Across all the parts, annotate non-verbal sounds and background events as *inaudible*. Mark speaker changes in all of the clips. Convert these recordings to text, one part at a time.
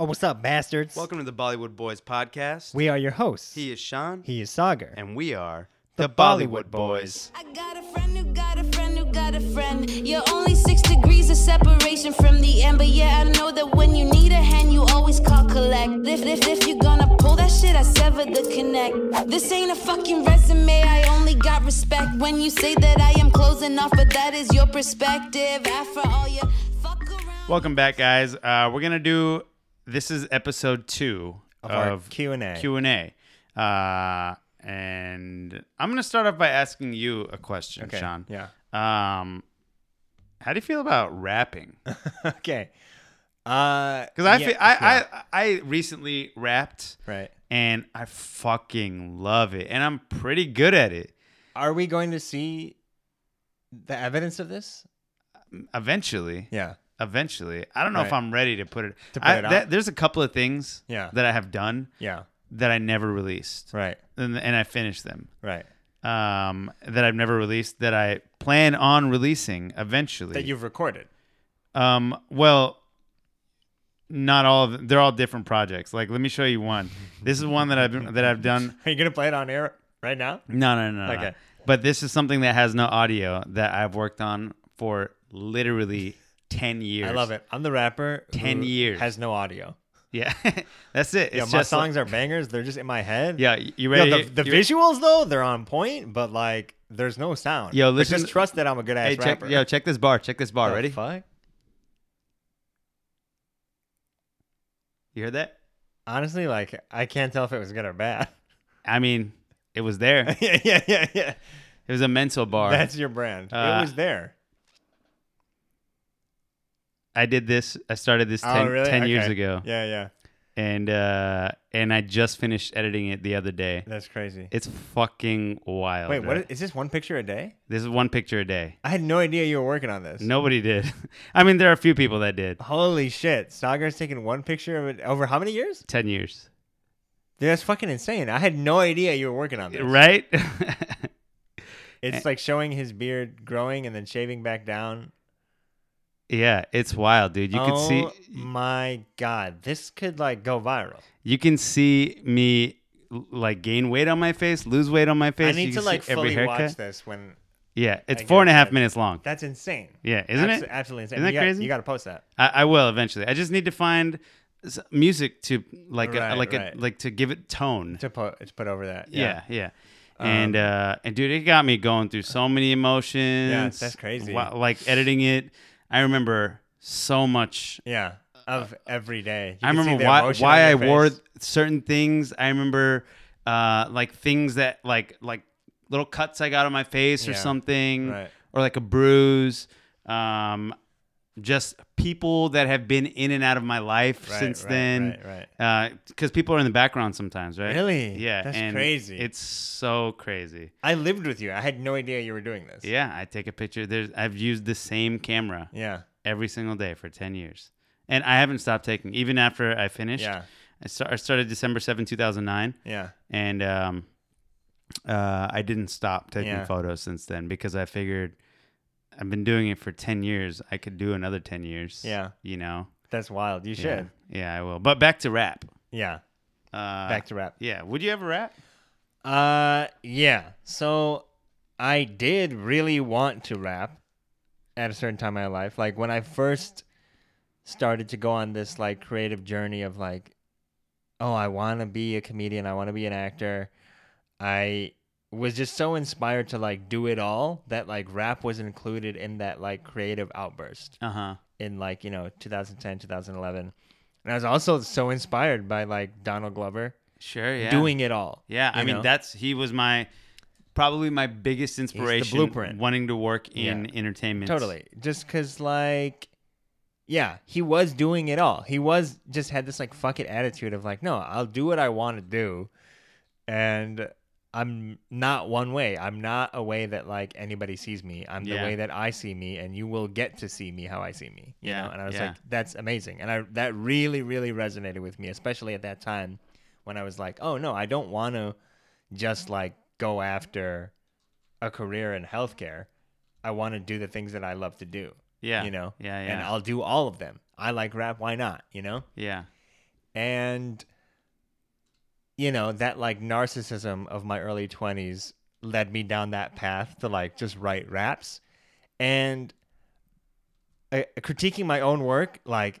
Speaker 1: Oh, what's up, bastards?
Speaker 2: Welcome to the Bollywood Boys podcast.
Speaker 1: We are your hosts.
Speaker 2: he is Sean,
Speaker 1: He is Sagar.
Speaker 2: and we are
Speaker 1: The Bollywood Boys.
Speaker 3: I got a friend who got a friend who got a friend. You're only six degrees of separation from the end. But yeah, I know that when you need a hand, you always call collect. If, if, if you're gonna pull that shit, I sever the connect. This ain't a fucking resume, I only got respect. When you say that I am closing off, but that is your perspective. After all your fuck around.
Speaker 2: Welcome back, guys. Uh, we're gonna do. This is episode two
Speaker 1: Of our Q&A.
Speaker 2: Q and A, uh, and I'm gonna start off by asking you a question,
Speaker 1: Okay,
Speaker 2: Sean.
Speaker 1: yeah. *laughs*
Speaker 2: Um, how do you feel
Speaker 1: *laughs*
Speaker 2: about rapping?
Speaker 1: okay. Uh,
Speaker 2: Because I,
Speaker 1: yeah,
Speaker 2: feel, I,
Speaker 1: yeah,
Speaker 2: I I recently rapped,
Speaker 1: right.
Speaker 2: and I fucking love it, and I'm pretty good at it.
Speaker 1: Are we going to see the evidence of this?
Speaker 2: Eventually,
Speaker 1: Yeah.
Speaker 2: eventually. I don't know if
Speaker 1: Right.
Speaker 2: I'm ready to put it.
Speaker 1: To put
Speaker 2: I,
Speaker 1: it out?
Speaker 2: that- there's a couple of things
Speaker 1: Yeah.
Speaker 2: that I have done
Speaker 1: Yeah.
Speaker 2: that I never released,
Speaker 1: Right.
Speaker 2: and, and I finished them.
Speaker 1: Right.
Speaker 2: Um, that I've never released that I plan on releasing eventually.
Speaker 1: That you've recorded.
Speaker 2: um, well, not all. Of, they're all different projects. Like, let me show you one. This is one that I've been, that I've done.
Speaker 1: Are you gonna play it on air right now?
Speaker 2: No, no, no. no.
Speaker 1: Okay.
Speaker 2: But this is something that has no audio that I've worked on for literally ten years.
Speaker 1: I love it. I'm the rapper.
Speaker 2: 10
Speaker 1: who
Speaker 2: years.
Speaker 1: has no audio.
Speaker 2: Yeah, *laughs* that's it.
Speaker 1: Yeah,
Speaker 2: it's
Speaker 1: my
Speaker 2: just like-
Speaker 1: songs are bangers. They're just in my head.
Speaker 2: Yeah, y- you
Speaker 1: Yo,
Speaker 2: ready?
Speaker 1: the, the
Speaker 2: you-
Speaker 1: visuals though, they're on point, but like, there's no sound.
Speaker 2: Yo,
Speaker 1: But
Speaker 2: listen-
Speaker 1: just trust that I'm a good ass
Speaker 2: Hey, check.
Speaker 1: rapper.
Speaker 2: Yo, check this bar. Check this bar.
Speaker 1: The
Speaker 2: ready?
Speaker 1: Fuck.
Speaker 2: You heard that?
Speaker 1: Honestly, like, I can't tell if it was good or bad. *laughs*
Speaker 2: I mean, it was there.
Speaker 1: yeah, yeah, yeah, yeah.
Speaker 2: It was a mental bar.
Speaker 1: That's your brand.
Speaker 2: Uh,
Speaker 1: it was there.
Speaker 2: I did this. I started this 10,
Speaker 1: oh, really?
Speaker 2: 10 years
Speaker 1: Okay.
Speaker 2: ago,
Speaker 1: Yeah, yeah.
Speaker 2: and uh, and I just finished editing it the other day.
Speaker 1: That's crazy.
Speaker 2: It's fucking wild.
Speaker 1: Wait, what
Speaker 2: bro.
Speaker 1: is, is this one picture a day?
Speaker 2: this is one picture a day.
Speaker 1: I had no idea you were working on this.
Speaker 2: Nobody did. *laughs* I mean, there are a few people that did.
Speaker 1: Holy shit. Sagar's taking one picture of it over how many years?
Speaker 2: Ten years,
Speaker 1: Dude, that's fucking insane. I had no idea you were working on this.
Speaker 2: right? *laughs*
Speaker 1: It's like showing his beard growing and then shaving back down.
Speaker 2: yeah, it's wild, dude. You
Speaker 1: oh,
Speaker 2: can see.
Speaker 1: my god. This could like go viral.
Speaker 2: You can see me l- like gain weight on my face, lose weight on my face.
Speaker 1: I need
Speaker 2: You can
Speaker 1: to
Speaker 2: see
Speaker 1: like
Speaker 2: every
Speaker 1: fully
Speaker 2: haircut.
Speaker 1: watch this when
Speaker 2: Yeah, it's
Speaker 1: I
Speaker 2: four and a
Speaker 1: guess
Speaker 2: half
Speaker 1: that's-
Speaker 2: minutes long.
Speaker 1: that's insane.
Speaker 2: Yeah, isn't
Speaker 1: Abso-
Speaker 2: it?
Speaker 1: Absolutely insane.
Speaker 2: Isn't that
Speaker 1: you Got,
Speaker 2: crazy?
Speaker 1: you got to post that.
Speaker 2: I, I will eventually. I just need to find s- music to like a,
Speaker 1: Right,
Speaker 2: like
Speaker 1: right.
Speaker 2: a, like to give it tone.
Speaker 1: to Um, put to put over that.
Speaker 2: yeah, yeah. And uh and dude, it got me going through so many emotions.
Speaker 1: that's crazy.
Speaker 2: Wa- like editing it, I remember so much.
Speaker 1: yeah. Of every day. You
Speaker 2: I
Speaker 1: can see
Speaker 2: remember
Speaker 1: the
Speaker 2: why
Speaker 1: emotion on
Speaker 2: why
Speaker 1: your
Speaker 2: I wore
Speaker 1: face.
Speaker 2: certain things. I remember uh like things that like like little cuts I got on my face or
Speaker 1: Yeah,
Speaker 2: something
Speaker 1: right.
Speaker 2: or like a bruise. Um just people that have been in and out of my life
Speaker 1: Right,
Speaker 2: since
Speaker 1: right,
Speaker 2: then.
Speaker 1: right, right.
Speaker 2: Because people are in the background sometimes, right?
Speaker 1: Really?
Speaker 2: Yeah.
Speaker 1: That's
Speaker 2: and
Speaker 1: crazy.
Speaker 2: It's so crazy.
Speaker 1: I lived with you. I had no idea you were doing this.
Speaker 2: Yeah, I take a picture. There's I've used the same camera
Speaker 1: Yeah.
Speaker 2: every single day for ten years, and I haven't stopped taking. Even after I finished,
Speaker 1: Yeah.
Speaker 2: I, sta- I started December 7, two thousand nine,
Speaker 1: Yeah.
Speaker 2: and um, uh, I didn't stop taking
Speaker 1: Yeah.
Speaker 2: photos since then because I figured I've been doing it for ten years. I could do another ten years.
Speaker 1: Yeah.
Speaker 2: you know.
Speaker 1: That's wild. You should.
Speaker 2: Yeah,
Speaker 1: Yeah.
Speaker 2: yeah, I will. But back to rap. Uh,
Speaker 1: Back to rap.
Speaker 2: yeah. Would you ever rap?
Speaker 1: Uh yeah. So I did really want to rap at a certain time in my life. Like when I first started to go on this like creative journey of like oh, I want to be a comedian, I want to be an actor. I was just so inspired to like do it all that like rap was included in that like creative outburst
Speaker 2: Uh huh.
Speaker 1: in like, you know, 2010, 2011. And I was also so inspired by like Donald Glover
Speaker 2: Sure. Yeah.
Speaker 1: doing it all.
Speaker 2: Yeah, I
Speaker 1: you
Speaker 2: mean
Speaker 1: know?
Speaker 2: that's he was my probably my biggest inspiration.
Speaker 1: blueprint.
Speaker 2: Wanting to work in
Speaker 1: Yeah.
Speaker 2: entertainment.
Speaker 1: Totally. Just because, like, yeah, he was doing it all. He was just had this, like, fuck it attitude of, like, no, I'll do what I want to do. And I'm not one way. I'm not a way that, like, anybody sees me. I'm
Speaker 2: Yeah.
Speaker 1: the way that I see me, and you will get to see me how I see me. You
Speaker 2: Yeah,
Speaker 1: know? And I was
Speaker 2: yeah.
Speaker 1: like, that's amazing. And I that really, really resonated with me, especially at that time when I was like, oh, no, I don't want to just, like, go after a career in healthcare. I want to do the things that I love to do.
Speaker 2: Yeah.
Speaker 1: You know?
Speaker 2: Yeah.
Speaker 1: And
Speaker 2: Yeah.
Speaker 1: I'll do all of them. I like rap. Why not? You know?
Speaker 2: yeah. *laughs*
Speaker 1: and you know that like narcissism of my early 20s led me down that path to like just write raps and uh, critiquing my own work like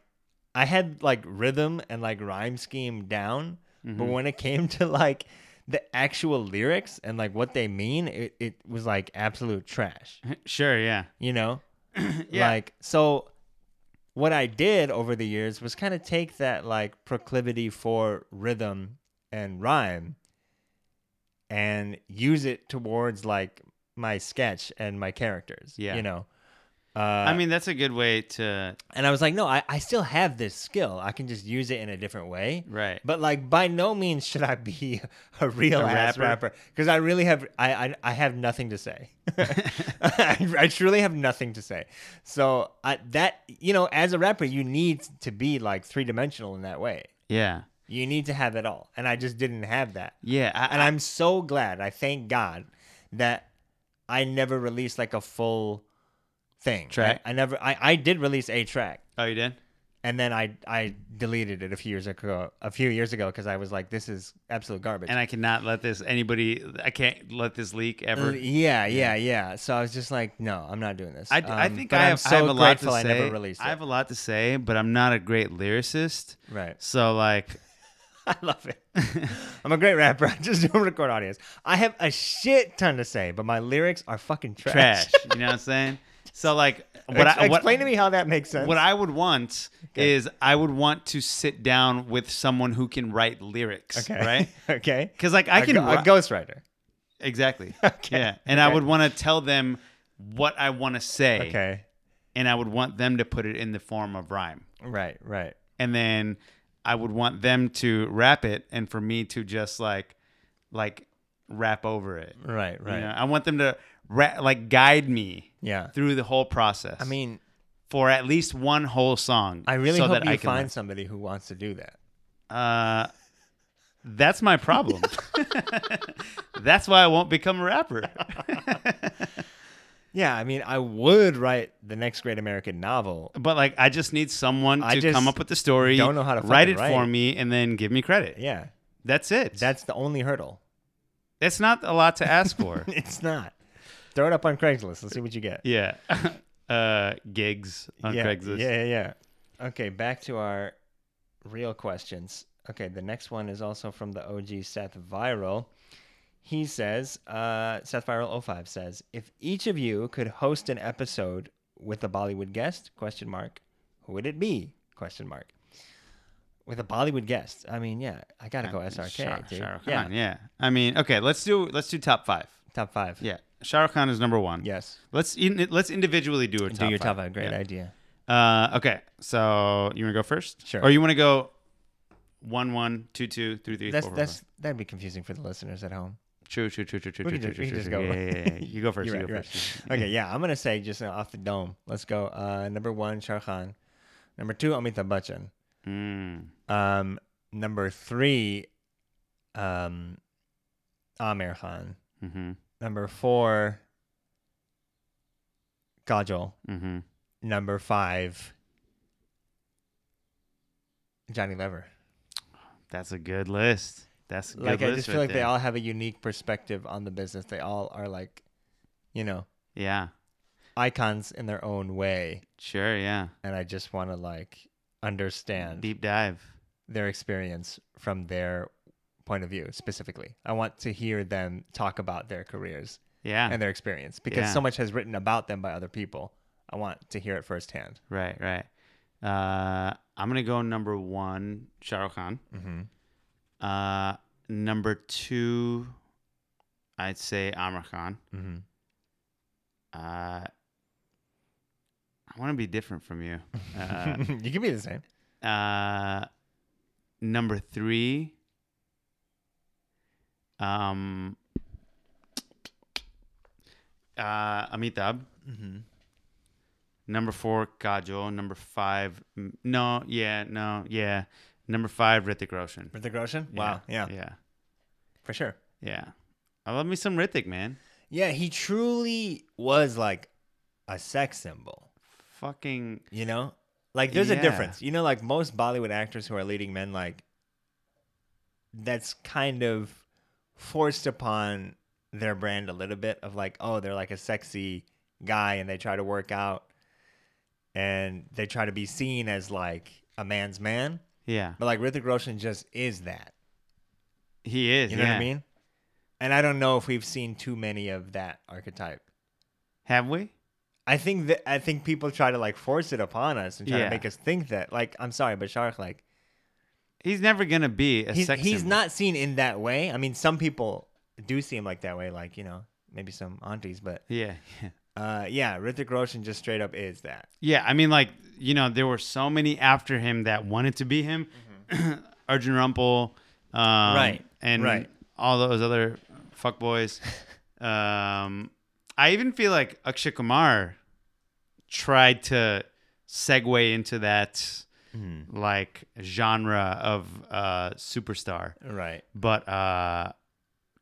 Speaker 1: i had like rhythm and like rhyme scheme down but when it came to like the actual lyrics and like what they mean it, it was like absolute trash
Speaker 2: Sure, yeah.
Speaker 1: you know
Speaker 2: *clears throat* Yeah.
Speaker 1: like so what i did over the years was kind of take that like proclivity for rhythm and rhyme and use it towards like my sketch and my characters
Speaker 2: Yeah.
Speaker 1: you know uh,
Speaker 2: I mean, that's a good way to
Speaker 1: and i was like no I, I still have this skill i can just use it in a different way
Speaker 2: right.
Speaker 1: but like by no means should i be *laughs* a real
Speaker 2: A
Speaker 1: ass
Speaker 2: rapper?
Speaker 1: rapper because i really have I, I i have nothing to say *laughs* I, I truly have nothing to say so I, that you know as a rapper you need to be like three-dimensional in that way
Speaker 2: yeah,
Speaker 1: you need to have it all and i just didn't have that
Speaker 2: yeah. I,
Speaker 1: and i'm so glad i thank god that i never released like a full thing
Speaker 2: Track?
Speaker 1: i, I never I, I did release a track
Speaker 2: oh, you did?
Speaker 1: and then I I deleted it a few years ago. A few years ago, because I was like, this is absolute garbage.
Speaker 2: And I cannot let this anybody. I can't let this leak
Speaker 1: Uh,
Speaker 2: ever.
Speaker 1: yeah, yeah, yeah. So I was just like, no, I'm not doing this.
Speaker 2: I, d- I
Speaker 1: Um,
Speaker 2: think
Speaker 1: but
Speaker 2: I
Speaker 1: I'm
Speaker 2: have, I
Speaker 1: so
Speaker 2: have a lot to
Speaker 1: grateful
Speaker 2: say.
Speaker 1: I never released it.
Speaker 2: I have a lot to say, but I'm not a great lyricist.
Speaker 1: *laughs*
Speaker 2: *laughs*
Speaker 1: right.
Speaker 2: So like,
Speaker 1: I love it. *laughs* I'm a great rapper. I just don't record audience. I have a shit ton to say, but my lyrics are fucking trash.
Speaker 2: trash.
Speaker 1: *laughs*
Speaker 2: you know what I'm saying? So like, what
Speaker 1: Ex-
Speaker 2: I what,
Speaker 1: explain to me how that makes sense.
Speaker 2: What I would want is I would want to sit down with someone who can write lyrics,
Speaker 1: *laughs* okay.
Speaker 2: right?
Speaker 1: okay.
Speaker 2: Because
Speaker 1: *laughs*
Speaker 2: like I
Speaker 1: A
Speaker 2: can
Speaker 1: go- a,
Speaker 2: ri-
Speaker 1: ghostwriter.
Speaker 2: *laughs* exactly,
Speaker 1: *laughs* Okay,
Speaker 2: yeah, and I
Speaker 1: okay.
Speaker 2: would want to tell them what I want to say,
Speaker 1: Okay.
Speaker 2: and I would want them to put it in the form of rhyme,
Speaker 1: Right. Right.
Speaker 2: and then I would want them to rap it, and for me to just like, like, rap over it.
Speaker 1: Right.
Speaker 2: You
Speaker 1: Right.
Speaker 2: know? I want them to ra- like guide me
Speaker 1: Yeah.
Speaker 2: through the whole process.
Speaker 1: I mean,
Speaker 2: for at least one whole song.
Speaker 1: I really
Speaker 2: so
Speaker 1: hope
Speaker 2: that
Speaker 1: you
Speaker 2: I can
Speaker 1: find
Speaker 2: learn.
Speaker 1: somebody who wants to do that.
Speaker 2: Uh, that's my problem. *laughs* that's why I won't become a rapper.
Speaker 1: Yeah, I mean, I would write the next great American novel.
Speaker 2: but like, I just need someone
Speaker 1: I
Speaker 2: to
Speaker 1: just
Speaker 2: come up with the story,
Speaker 1: don't know how to
Speaker 2: write
Speaker 1: fucking
Speaker 2: it for
Speaker 1: write.
Speaker 2: me, and then give me credit.
Speaker 1: Yeah,
Speaker 2: That's it.
Speaker 1: that's the only hurdle. *laughs*
Speaker 2: that's not a lot to ask for.
Speaker 1: It's not. Throw it up on Craigslist and see what you get.
Speaker 2: yeah, *laughs* uh, gigs on
Speaker 1: yeah,
Speaker 2: Craigslist.
Speaker 1: Yeah, yeah, yeah. Okay, back to our real questions. Okay, the next one is also from the OG Seth Viral. He says, uh, Seth Viral 05 says, if each of you could host an episode with a Bollywood guest, question mark, who would it be? Question mark. With a Bollywood guest. I mean, yeah, I gotta go SRK.
Speaker 2: Shah-
Speaker 1: Oh, dude.
Speaker 2: Shah Rukh
Speaker 1: yeah.
Speaker 2: Khan, yeah. I mean, okay, let's do let's do top five.
Speaker 1: Top five.
Speaker 2: Yeah, Shah Rukh Khan is number one.
Speaker 1: Yes.
Speaker 2: Let's in, let's individually do a top
Speaker 1: Do your
Speaker 2: five.
Speaker 1: top five. Great
Speaker 2: Yeah.
Speaker 1: idea.
Speaker 2: Uh, okay, so you want to go first?
Speaker 1: Sure.
Speaker 2: Or you want to go one, one, two, two, three, three,
Speaker 1: That's
Speaker 2: four, four,
Speaker 1: that's that'd be confusing for the listeners at home.
Speaker 2: five. True, true, true, true, true,
Speaker 1: We
Speaker 2: true,
Speaker 1: can
Speaker 2: true,
Speaker 1: just- we
Speaker 2: true,
Speaker 1: can just go.
Speaker 2: true. Yeah, yeah, yeah,
Speaker 1: *laughs*
Speaker 2: yeah. You go 1st
Speaker 1: You're
Speaker 2: you
Speaker 1: right,
Speaker 2: go
Speaker 1: you're right.
Speaker 2: first.
Speaker 1: Okay, yeah, I'm gonna say just now off the dome. Let's go. Uh, number one, Sharkhan. Number two, Amitabh Bachchan.
Speaker 2: Mm.
Speaker 1: Um, number three, um, Amir Khan.
Speaker 2: Mhm.
Speaker 1: Number four, Kajol.
Speaker 2: Mhm.
Speaker 1: Number five, Johnny Lever.
Speaker 2: That's a good list. That's a good
Speaker 1: Like
Speaker 2: list
Speaker 1: I just
Speaker 2: right
Speaker 1: feel like they
Speaker 2: there.
Speaker 1: all have a unique perspective on the business. They all are like, you know,
Speaker 2: Yeah.
Speaker 1: icons in their own way,
Speaker 2: Sure. Yeah.
Speaker 1: and I just want to like understand.
Speaker 2: Deep dive.
Speaker 1: their experience from their point of view specifically. I want to hear them talk about their careers
Speaker 2: Yeah.
Speaker 1: and their experience because
Speaker 2: Yeah.
Speaker 1: so much has written about them by other people. I want to hear it firsthand.
Speaker 2: right. Right. Uh, I'm gonna go number one, Shah Rukh Khan.
Speaker 1: Mm-hmm.
Speaker 2: Uh, number two, I'd say Amr Khan.
Speaker 1: Mm-hmm.
Speaker 2: Uh, I want to be different from you. Uh,
Speaker 1: *laughs* you can be the same.
Speaker 2: uh, number three. Um. Uh, Amitabh.
Speaker 1: Mm-hmm.
Speaker 2: Number four, Kajol. Number five, m- no, yeah, no, yeah. Number five, Hrithik Roshan.
Speaker 1: Hrithik Roshan? Wow. Yeah,
Speaker 2: yeah,
Speaker 1: for sure.
Speaker 2: yeah. I love me some Hrithik, man.
Speaker 1: Yeah, he truly was like a sex symbol,
Speaker 2: Fucking
Speaker 1: you know? Like there's
Speaker 2: Yeah.
Speaker 1: a difference. You know, like most Bollywood actors who are leading men, like that's kind of forced upon their brand a little bit of like, oh, they're like a sexy guy and they try to work out and they try to be seen as like a man's man.
Speaker 2: Yeah,
Speaker 1: But like Rithik Roshan just is that.
Speaker 2: he is.
Speaker 1: You know what
Speaker 2: yeah.
Speaker 1: I mean? And I don't know if we've seen too many of that archetype.
Speaker 2: Have we?
Speaker 1: I think that I think people try to like force it upon us and try
Speaker 2: Yeah.
Speaker 1: to make us think that. Like, I'm sorry, but Shark, like,
Speaker 2: He's never gonna be a
Speaker 1: he's,
Speaker 2: sex.
Speaker 1: he's
Speaker 2: symbol.
Speaker 1: not seen in that way. I mean, some people do see him like that way, like you know, maybe some aunties, but
Speaker 2: Yeah, *laughs* yeah.
Speaker 1: uh, yeah, Rithik Roshan just straight up is that.
Speaker 2: Yeah, I mean, like you know, there were so many after him that wanted to be him, *clears throat* Arjun Rumpel, um, right, and
Speaker 1: right.
Speaker 2: all those other fuckboys. um, I even feel like Akshay Kumar tried to segue into that like genre of uh, superstar,
Speaker 1: Right.
Speaker 2: but uh,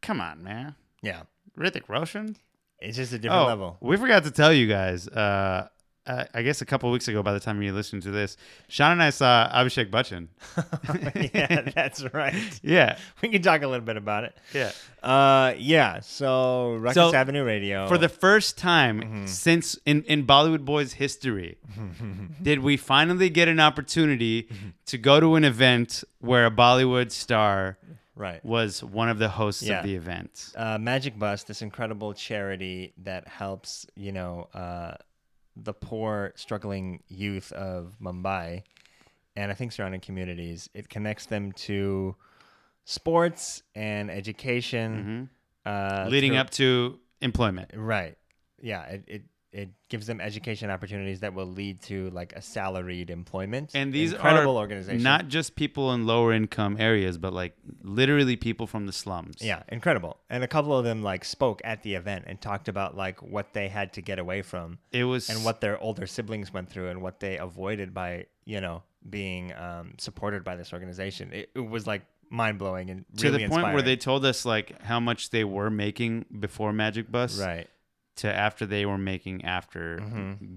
Speaker 2: come on, man,
Speaker 1: Yeah.
Speaker 2: Rithik Roshan.
Speaker 1: It's just a
Speaker 2: Oh.
Speaker 1: different level. *laughs*
Speaker 2: *laughs* We forgot to tell you guys. Uh, I I guess a couple weeks ago, by the time you listened to this, Sean and I saw Abhishek Bachchan.
Speaker 1: yeah, that's right. *laughs*
Speaker 2: Yeah,
Speaker 1: We can talk a little bit about it.
Speaker 2: yeah.
Speaker 1: Uh, yeah. So Ruckus
Speaker 2: So,
Speaker 1: Avenue Radio
Speaker 2: For the first time since in, in Bollywood Boys *laughs* history, did we finally get an opportunity to go to an event where a Bollywood star
Speaker 1: right.
Speaker 2: was one of the hosts
Speaker 1: Yeah.
Speaker 2: of the event?
Speaker 1: uh, Magic Bus, this incredible charity that helps, you know, uh, the poor, struggling youth of Mumbai and I think surrounding communities. It connects them to sports and education. Uh,
Speaker 2: Leading
Speaker 1: through-
Speaker 2: up to employment.
Speaker 1: Right. Yeah. It, it, it gives them education opportunities that will lead to like a salaried employment.
Speaker 2: And these
Speaker 1: incredible
Speaker 2: are
Speaker 1: organizations.
Speaker 2: not just people in lower income areas, but like literally people from the slums.
Speaker 1: Yeah, incredible. And a couple of them like spoke at the event and talked about like what they had to get away from
Speaker 2: It was
Speaker 1: and what their older siblings went through and what they avoided by, you know, being um, supported by this organization. It, it was like mind blowing and
Speaker 2: to
Speaker 1: really
Speaker 2: the point where they
Speaker 1: inspiring.
Speaker 2: told us like how much they were making before Magic Bus
Speaker 1: right. Mm-hmm.
Speaker 2: to after they were making after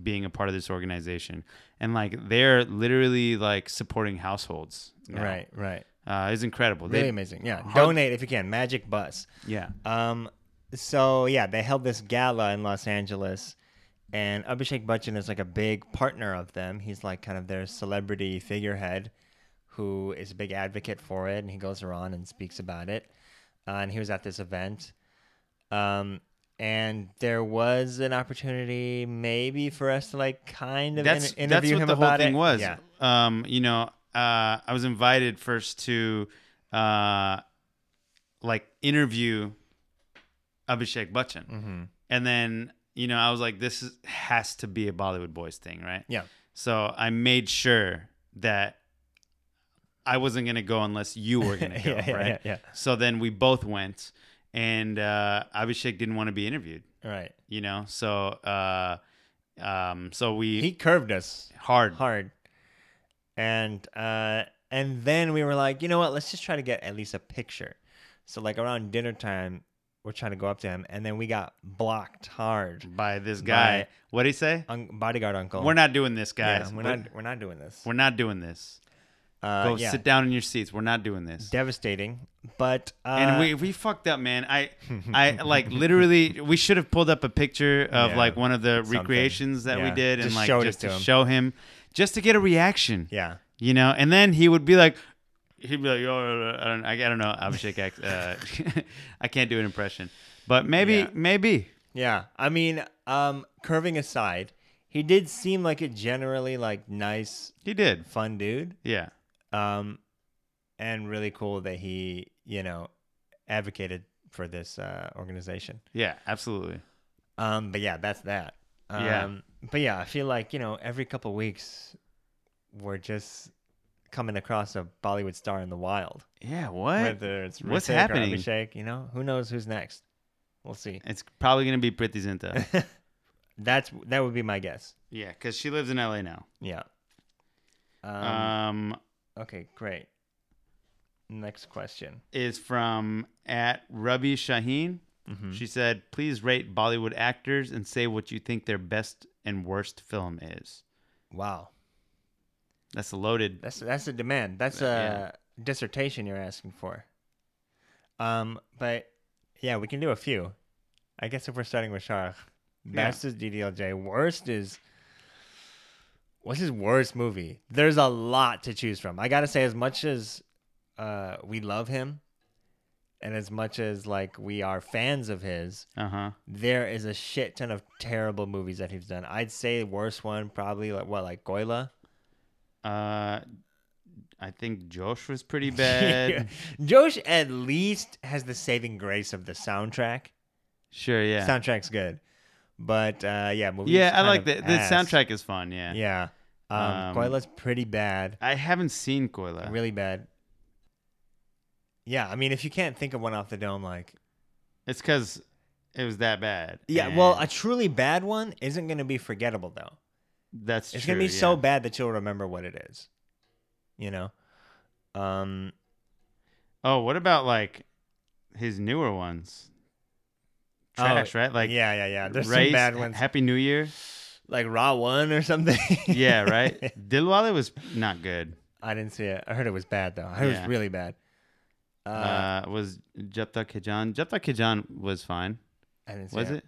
Speaker 2: being a part of this organization, and like they're literally like supporting households. now.
Speaker 1: Right, right.
Speaker 2: uh, it's incredible.
Speaker 1: Really
Speaker 2: They-
Speaker 1: amazing. Yeah. Donate if you can. Magic Bus.
Speaker 2: yeah,
Speaker 1: Um, so yeah, they held this gala in Los Angeles, and Abhishek Bachchan is like a big partner of them. He's like kind of their celebrity figurehead, who is a big advocate for it, and he goes around and speaks about it. Uh, and he was at this event, um, and there was an opportunity maybe for us to like kind of
Speaker 2: that's
Speaker 1: in-
Speaker 2: that's
Speaker 1: interview
Speaker 2: what
Speaker 1: him
Speaker 2: the
Speaker 1: about
Speaker 2: whole thing
Speaker 1: it.
Speaker 2: was.
Speaker 1: Yeah,
Speaker 2: Um, you know, uh, I was invited first to uh, like interview Abhishek Bachchan,
Speaker 1: Mm-hmm.
Speaker 2: and then you know I was like, this is, has to be a Bollywood Boys thing, right?
Speaker 1: yeah,
Speaker 2: So I made sure that I wasn't gonna go unless you were gonna
Speaker 1: *laughs*
Speaker 2: go,
Speaker 1: Yeah, yeah,
Speaker 2: right?
Speaker 1: yeah, yeah.
Speaker 2: So then we both went, and uh, Abhishek didn't want to be interviewed,
Speaker 1: All right.
Speaker 2: you know. So, uh, um, so we
Speaker 1: He curved us.
Speaker 2: hard,
Speaker 1: hard. And uh, and then we were like, you know what? Let's just try to get at least a picture. So like around dinner time, we're trying to go up to him, and then we got blocked hard.
Speaker 2: by this guy.
Speaker 1: by-
Speaker 2: What would he say?
Speaker 1: Un- bodyguard uncle.
Speaker 2: We're not doing this,
Speaker 1: Yeah,
Speaker 2: guys.
Speaker 1: we're
Speaker 2: we're,
Speaker 1: not. We're not doing this.
Speaker 2: we're not doing this.
Speaker 1: Uh,
Speaker 2: Go
Speaker 1: yeah,
Speaker 2: sit down in your seats. We're not doing this.
Speaker 1: Devastating. But uh,
Speaker 2: and we, we fucked up, man.
Speaker 1: *laughs*
Speaker 2: I I like literally we should have pulled up a picture of
Speaker 1: Yeah,
Speaker 2: like one of the
Speaker 1: something.
Speaker 2: recreations that we
Speaker 1: Yeah,
Speaker 2: did and
Speaker 1: just
Speaker 2: like
Speaker 1: showed it
Speaker 2: just
Speaker 1: to
Speaker 2: to
Speaker 1: him.
Speaker 2: show him just to get a reaction.
Speaker 1: yeah.
Speaker 2: You know, and then he would be like he'd be like, "Oh, I don't I, I don't know, Abhishek act- uh, *laughs* I can't do an impression." But maybe
Speaker 1: Yeah.
Speaker 2: maybe
Speaker 1: Yeah, I mean, um, curving aside, he did seem like a generally like nice,
Speaker 2: he did.
Speaker 1: fun dude.
Speaker 2: Yeah.
Speaker 1: um, and really cool that he, you know, advocated for this uh, organization.
Speaker 2: Yeah, absolutely.
Speaker 1: Um, but yeah, that's that. Um,
Speaker 2: Yeah.
Speaker 1: But yeah, I feel like you know, every couple weeks, we're just coming across a Bollywood star in the wild.
Speaker 2: Yeah, what?
Speaker 1: Whether it's
Speaker 2: What's
Speaker 1: Hrithik
Speaker 2: happening?
Speaker 1: or Abhishek, you know, who knows who's next? We'll see.
Speaker 2: It's probably going to be Priti Zinta.
Speaker 1: *laughs* That's that would be my guess.
Speaker 2: yeah, cuz she lives in LA now.
Speaker 1: Yeah. Um,
Speaker 2: um
Speaker 1: okay, great. Next question.
Speaker 2: is from at Ruby Shaheen.
Speaker 1: Mm-hmm.
Speaker 2: She said, "Please rate Bollywood actors and say what you think their best and worst film is."
Speaker 1: Wow.
Speaker 2: That's a loaded.
Speaker 1: That's that's a demand. That's
Speaker 2: Yeah.
Speaker 1: a dissertation you're asking for. Um, but yeah, we can do a few. I guess if we're starting with Shark, best is DDLJ. Worst is what's his worst movie? There's a lot to choose from. I gotta say, as much as uh, we love him, and as much as like we are fans of his,
Speaker 2: Uh huh.
Speaker 1: there is a shit ton of terrible movies that he's done. I'd say the worst one probably like what like Goyla.
Speaker 2: Uh, I think Josh was
Speaker 1: *laughs*
Speaker 2: pretty bad.
Speaker 1: Josh at least has the saving grace of the soundtrack.
Speaker 2: Sure, yeah,
Speaker 1: Soundtrack's good, but uh, yeah, movie.
Speaker 2: yeah. I like the the soundtrack is fun. Yeah.
Speaker 1: Yeah, um,
Speaker 2: Um,
Speaker 1: Koala's pretty bad,
Speaker 2: I haven't seen Koila.
Speaker 1: really bad. Yeah, I mean, if you can't think of one off the dome, like
Speaker 2: It's because it was that bad.
Speaker 1: yeah, well, a
Speaker 2: and
Speaker 1: truly bad one isn't going to be forgettable though.
Speaker 2: that's
Speaker 1: It's
Speaker 2: true,
Speaker 1: gonna be so
Speaker 2: yeah.
Speaker 1: bad that you'll remember what it is. You know, um,
Speaker 2: Oh, what about like his newer ones?
Speaker 1: oh,
Speaker 2: Trash, right? Like
Speaker 1: yeah, yeah, yeah. There's
Speaker 2: Race,
Speaker 1: some bad ones,
Speaker 2: Happy New Year.
Speaker 1: like Raw One or *laughs* something.
Speaker 2: Yeah,
Speaker 1: *laughs*
Speaker 2: right. Dilwale was not good.
Speaker 1: I didn't see it. I heard it was bad though. I heard it
Speaker 2: Yeah.
Speaker 1: was really bad. Uh,
Speaker 2: Uh, was Japta Kijan? Japta Kijan was fine.
Speaker 1: I didn't see
Speaker 2: Was it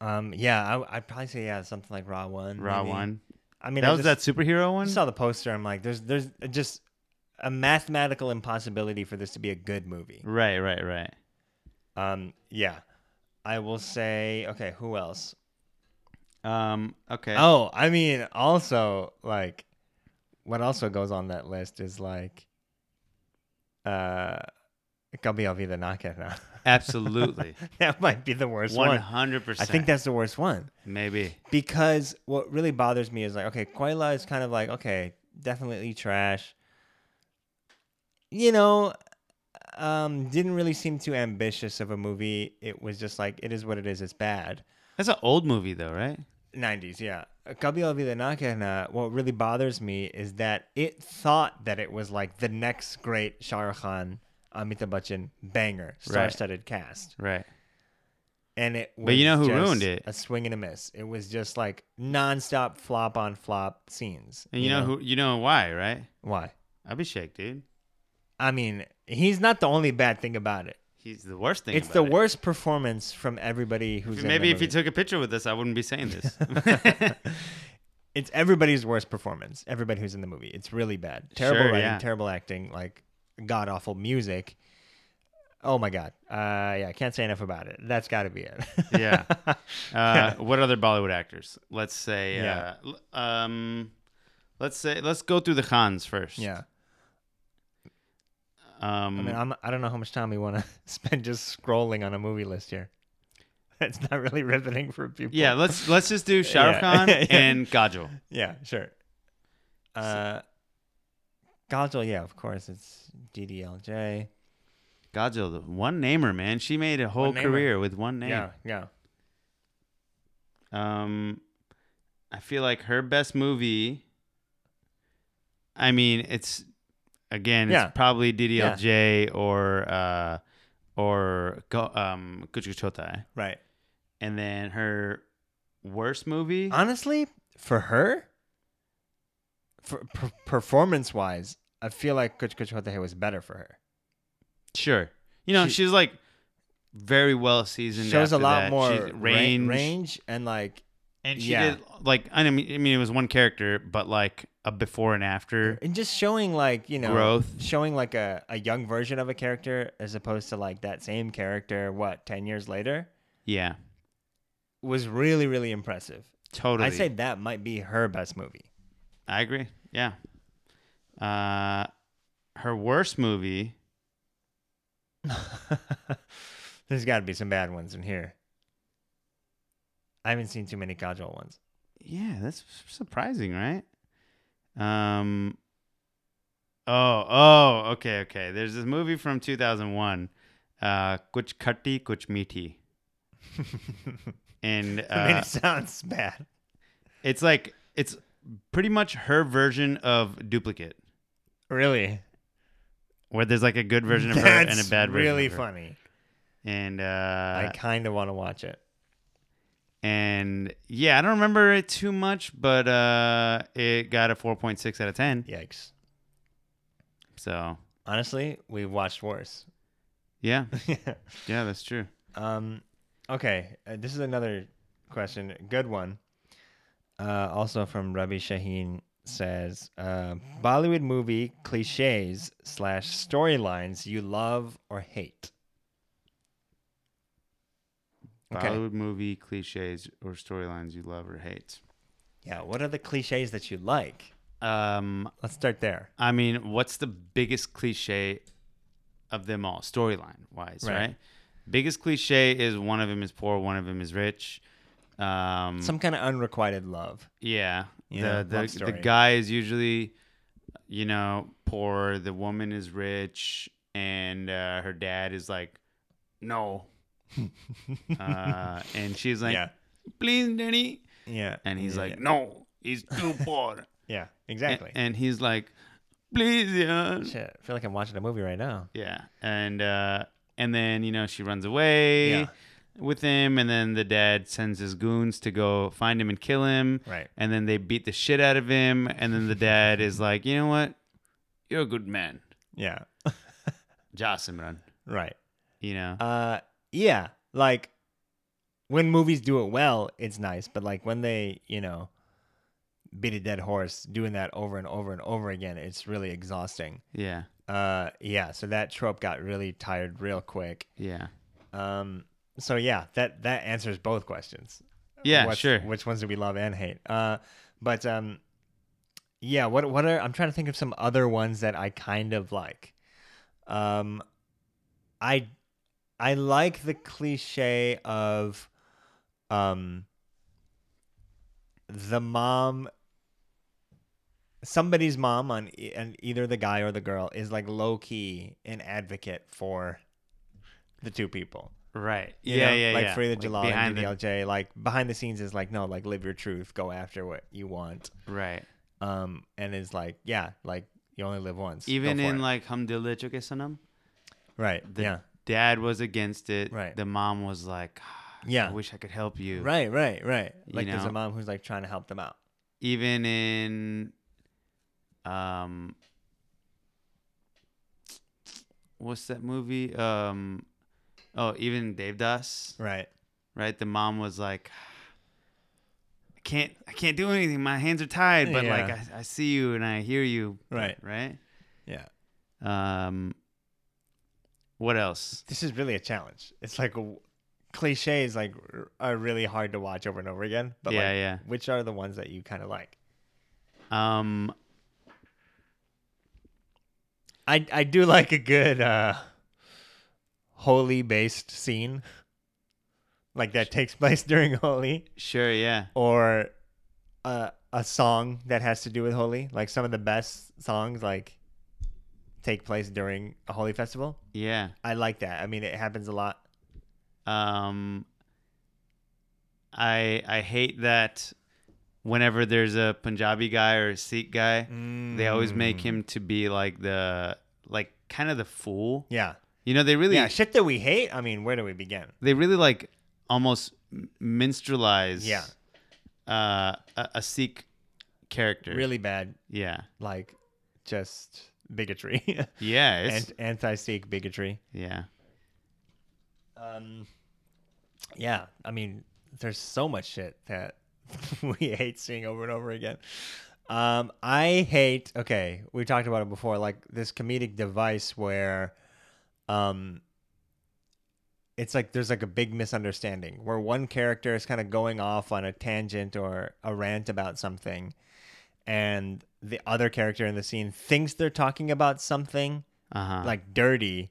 Speaker 1: Um, yeah, I, I'd probably say yeah, something like Raw One.
Speaker 2: Raw
Speaker 1: maybe.
Speaker 2: One?
Speaker 1: I mean,
Speaker 2: that
Speaker 1: I
Speaker 2: was
Speaker 1: just,
Speaker 2: that superhero
Speaker 1: I
Speaker 2: one.
Speaker 1: saw the poster. I'm like, there's there's just a mathematical impossibility for this to be a good movie.
Speaker 2: Right, right, right.
Speaker 1: Um, yeah, I will say. Okay, who else?
Speaker 2: Um. Okay.
Speaker 1: Oh, I mean, also like, what also goes on that list is like, uh, Gabriel Vida Nakana.
Speaker 2: Absolutely.
Speaker 1: *laughs* that might be the worst
Speaker 2: One
Speaker 1: one.
Speaker 2: hundred
Speaker 1: I
Speaker 2: percent.
Speaker 1: think that's the worst one.
Speaker 2: maybe.
Speaker 1: because what really bothers me is like, okay, Koila is kind of like, okay, definitely trash. You know, um, didn't really seem too ambitious of a movie. It was just like, it is what it is. It's bad.
Speaker 2: That's an old movie though, right?
Speaker 1: 90s, yeah. Kabila Vida Nakana, what really bothers me is that it thought that it was like the next great Shah Rukh Khan, Amitabh Bachchan banger, star studded cast.
Speaker 2: Right.
Speaker 1: And it was
Speaker 2: But you know who
Speaker 1: just
Speaker 2: ruined it?
Speaker 1: A swing and a miss. It was just like nonstop flop on flop scenes.
Speaker 2: And you, know, who? You know why, right?
Speaker 1: why?
Speaker 2: Abhishek, dude.
Speaker 1: I mean, he's not the only bad thing about it.
Speaker 2: He's the worst thing.
Speaker 1: it's
Speaker 2: about
Speaker 1: the
Speaker 2: it.
Speaker 1: worst performance from everybody who's in the
Speaker 2: Maybe if you
Speaker 1: movie.
Speaker 2: took a picture with us, I wouldn't be saying this.
Speaker 1: *laughs* It's everybody's worst performance. Everybody who's in the movie. It's really bad. Terrible
Speaker 2: Sure,
Speaker 1: writing,
Speaker 2: yeah.
Speaker 1: terrible acting, like god awful music. Oh my god. Uh, yeah, I can't say enough about it. That's got to be it. *laughs*
Speaker 2: yeah. Uh, What other Bollywood actors? Let's say.
Speaker 1: Yeah.
Speaker 2: Uh, l- um, let's say. Let's go through the Khans first.
Speaker 1: yeah.
Speaker 2: Um,
Speaker 1: I mean, I'm, I don't know how much time we want to *laughs* spend just scrolling on a movie list here. *laughs* It's not really riveting for people.
Speaker 2: yeah. Let's let's just do Shah
Speaker 1: *laughs*
Speaker 2: Rukh
Speaker 1: Yeah.
Speaker 2: Khan
Speaker 1: Yeah.
Speaker 2: and Kajol.
Speaker 1: Yeah, sure. Uh, Gajol, yeah, of course. It's DDLJ.
Speaker 2: Kajol, the one namer, man. She made a whole
Speaker 1: One namer.
Speaker 2: career with one name.
Speaker 1: Yeah, yeah.
Speaker 2: Um, I feel like her best movie. I mean, it's again,
Speaker 1: Yeah.
Speaker 2: it's probably DDLJ or uh, or Go- um Kuch Kuch Hota Hai.
Speaker 1: Right.
Speaker 2: and then her worst movie.
Speaker 1: Honestly, for her, for, per- performance wise, I feel like Kuch Kuch Hote Hai was better for her.
Speaker 2: sure, you know
Speaker 1: She-
Speaker 2: she's like very well seasoned.
Speaker 1: Shows a
Speaker 2: after
Speaker 1: lot
Speaker 2: that.
Speaker 1: more
Speaker 2: She's
Speaker 1: ra-
Speaker 2: range,
Speaker 1: range and like
Speaker 2: and she
Speaker 1: yeah.
Speaker 2: did like I mean, I mean, it was one character, but like a before and after.
Speaker 1: and just showing like you know
Speaker 2: Growth.
Speaker 1: showing like a, a young version of a character as opposed to like that same character what 10 years later
Speaker 2: Yeah,
Speaker 1: was really really impressive
Speaker 2: totally.
Speaker 1: i'd say that might be her best movie *laughs*
Speaker 2: I agree. Yeah. Uh, her worst movie.
Speaker 1: There's got to be some bad ones in here. I haven't seen too many Kajol ones. *laughs*
Speaker 2: Yeah, that's surprising, right? Um. Oh, oh, okay, okay. There's this movie from 2001, uh, Kuch Khatti Kuch Meaty,
Speaker 1: *laughs*
Speaker 2: and
Speaker 1: I mean,
Speaker 2: uh,
Speaker 1: it sounds bad.
Speaker 2: it's like it's pretty much her version of Duplicate,
Speaker 1: Really?
Speaker 2: where there's like a good version of her and a
Speaker 1: That's
Speaker 2: bad version.
Speaker 1: really
Speaker 2: of her.
Speaker 1: funny.
Speaker 2: And uh,
Speaker 1: I kind of want to watch it.
Speaker 2: And yeah, I don't remember it too much, but uh, it got a 4.6 out of 10.
Speaker 1: Yikes.
Speaker 2: So
Speaker 1: Honestly, we watched worse. *laughs*
Speaker 2: yeah, yeah, that's true.
Speaker 1: um, okay, uh, this is another question. Good one. Uh, also from Ravi Shaheen says uh, Bollywood movie cliches slash storylines you love or hate. Okay.
Speaker 2: Bollywood movie cliches or storylines you love or hate.
Speaker 1: Yeah, what are the cliches that you like?
Speaker 2: Um,
Speaker 1: Let's start there.
Speaker 2: I mean, what's the biggest cliche of them all, storyline wise,
Speaker 1: Right.
Speaker 2: right. Biggest cliche is one of them is poor, one of them is rich. Um,
Speaker 1: Some kind of unrequited love.
Speaker 2: yeah,
Speaker 1: You know,
Speaker 2: the the,
Speaker 1: love
Speaker 2: the
Speaker 1: story.
Speaker 2: guy is usually, you know, poor. The woman is rich, and uh, her dad is like,
Speaker 1: *laughs*
Speaker 2: no, uh, and she's like,
Speaker 1: Yeah.
Speaker 2: please, daddy,
Speaker 1: Yeah.
Speaker 2: and he's
Speaker 1: yeah,
Speaker 2: like,
Speaker 1: yeah.
Speaker 2: no, he's too poor,
Speaker 1: Yeah,
Speaker 2: A-
Speaker 1: *laughs* exactly.
Speaker 2: and he's like, please, yeah,
Speaker 1: Shit, I feel like I'm watching a movie right now.
Speaker 2: Yeah, and uh, and then you know she runs away
Speaker 1: Yeah.
Speaker 2: with him, and then the dad sends his goons to go find him and kill him.
Speaker 1: Right.
Speaker 2: And then they beat the shit out of him, and then the dad is like, you know what, you're a good man,
Speaker 1: Yeah.
Speaker 2: Jasimran.
Speaker 1: Right.
Speaker 2: You know.
Speaker 1: Uh, yeah, like when movies do it well, it's nice, but like when they, you know, beat a dead horse, doing that over and over and over again, it's really exhausting.
Speaker 2: yeah.
Speaker 1: Uh, yeah, so that trope got really tired real quick.
Speaker 2: Yeah.
Speaker 1: Um, so yeah, that that answers both questions.
Speaker 2: Yeah.
Speaker 1: What's-
Speaker 2: sure.
Speaker 1: Which ones do we love and hate? Uh, but um, yeah. What what are I'm trying to think of some other ones that I kind of like. Um, I I like the cliche of um the mom somebody's mom on e- and either the guy or the girl is like low key an advocate for the two people
Speaker 2: right.
Speaker 1: you
Speaker 2: yeah.
Speaker 1: know,
Speaker 2: yeah.
Speaker 1: like
Speaker 2: yeah.
Speaker 1: Frida Jalal and
Speaker 2: behind the-
Speaker 1: DDLJ, like behind the scenes is like, no, like live your truth, go after what you want.
Speaker 2: Right.
Speaker 1: Um, and it's like, yeah, like you only live once. Go
Speaker 2: Even
Speaker 1: for
Speaker 2: in
Speaker 1: it.
Speaker 2: like Hamdillah Chukesanam,
Speaker 1: right,
Speaker 2: the
Speaker 1: yeah,
Speaker 2: dad was against it.
Speaker 1: Right.
Speaker 2: The mom was like, "Ah,
Speaker 1: yeah,
Speaker 2: I wish I could help you.
Speaker 1: right, right, right. Like there's a
Speaker 2: know?
Speaker 1: mom who's like trying to help them out.
Speaker 2: even in um what's that movie um oh even Dave Das
Speaker 1: Right,
Speaker 2: right the mom was like I can't I can't do anything my hands are tied but like
Speaker 1: Yeah.
Speaker 2: I, I see you and I hear you
Speaker 1: Right.
Speaker 2: right
Speaker 1: yeah.
Speaker 2: um what else
Speaker 1: This is really a challenge. It's like w- cliches like r- are really hard to watch over and over again. But
Speaker 2: Yeah,
Speaker 1: like,
Speaker 2: yeah.
Speaker 1: Which are the ones that you kind of like?
Speaker 2: um
Speaker 1: I I do like a good uh holy based scene. Like that takes place *laughs* during holy
Speaker 2: sure yeah
Speaker 1: or a a song that has to do with holy. Like some of the best songs like take place during a holy festival.
Speaker 2: yeah
Speaker 1: I like that. I mean it happens a lot.
Speaker 2: Um, I I hate that whenever there's a Punjabi guy or a Sikh guy, they always make
Speaker 1: Mm.
Speaker 2: him to be like the like kind of the fool.
Speaker 1: Yeah.
Speaker 2: You know, they really
Speaker 1: Yeah, shit that we hate. I mean, where do we begin?
Speaker 2: they really like almost m- minstrelize
Speaker 1: Yeah.
Speaker 2: uh, a, a Sikh character.
Speaker 1: Really bad
Speaker 2: Yeah.
Speaker 1: like just bigotry. *laughs*
Speaker 2: Yeah. It's,
Speaker 1: and anti-Sikh bigotry.
Speaker 2: yeah.
Speaker 1: Um, yeah, I mean, there's so much shit that *laughs* we hate seeing over and over again. Um, I hate. Okay, we talked about it before, like this comedic device where, um, it's like there's like a big misunderstanding where one character is kind of going off on a tangent or a rant about something, and the other character in the scene thinks they're talking about something
Speaker 2: Uh huh.
Speaker 1: like dirty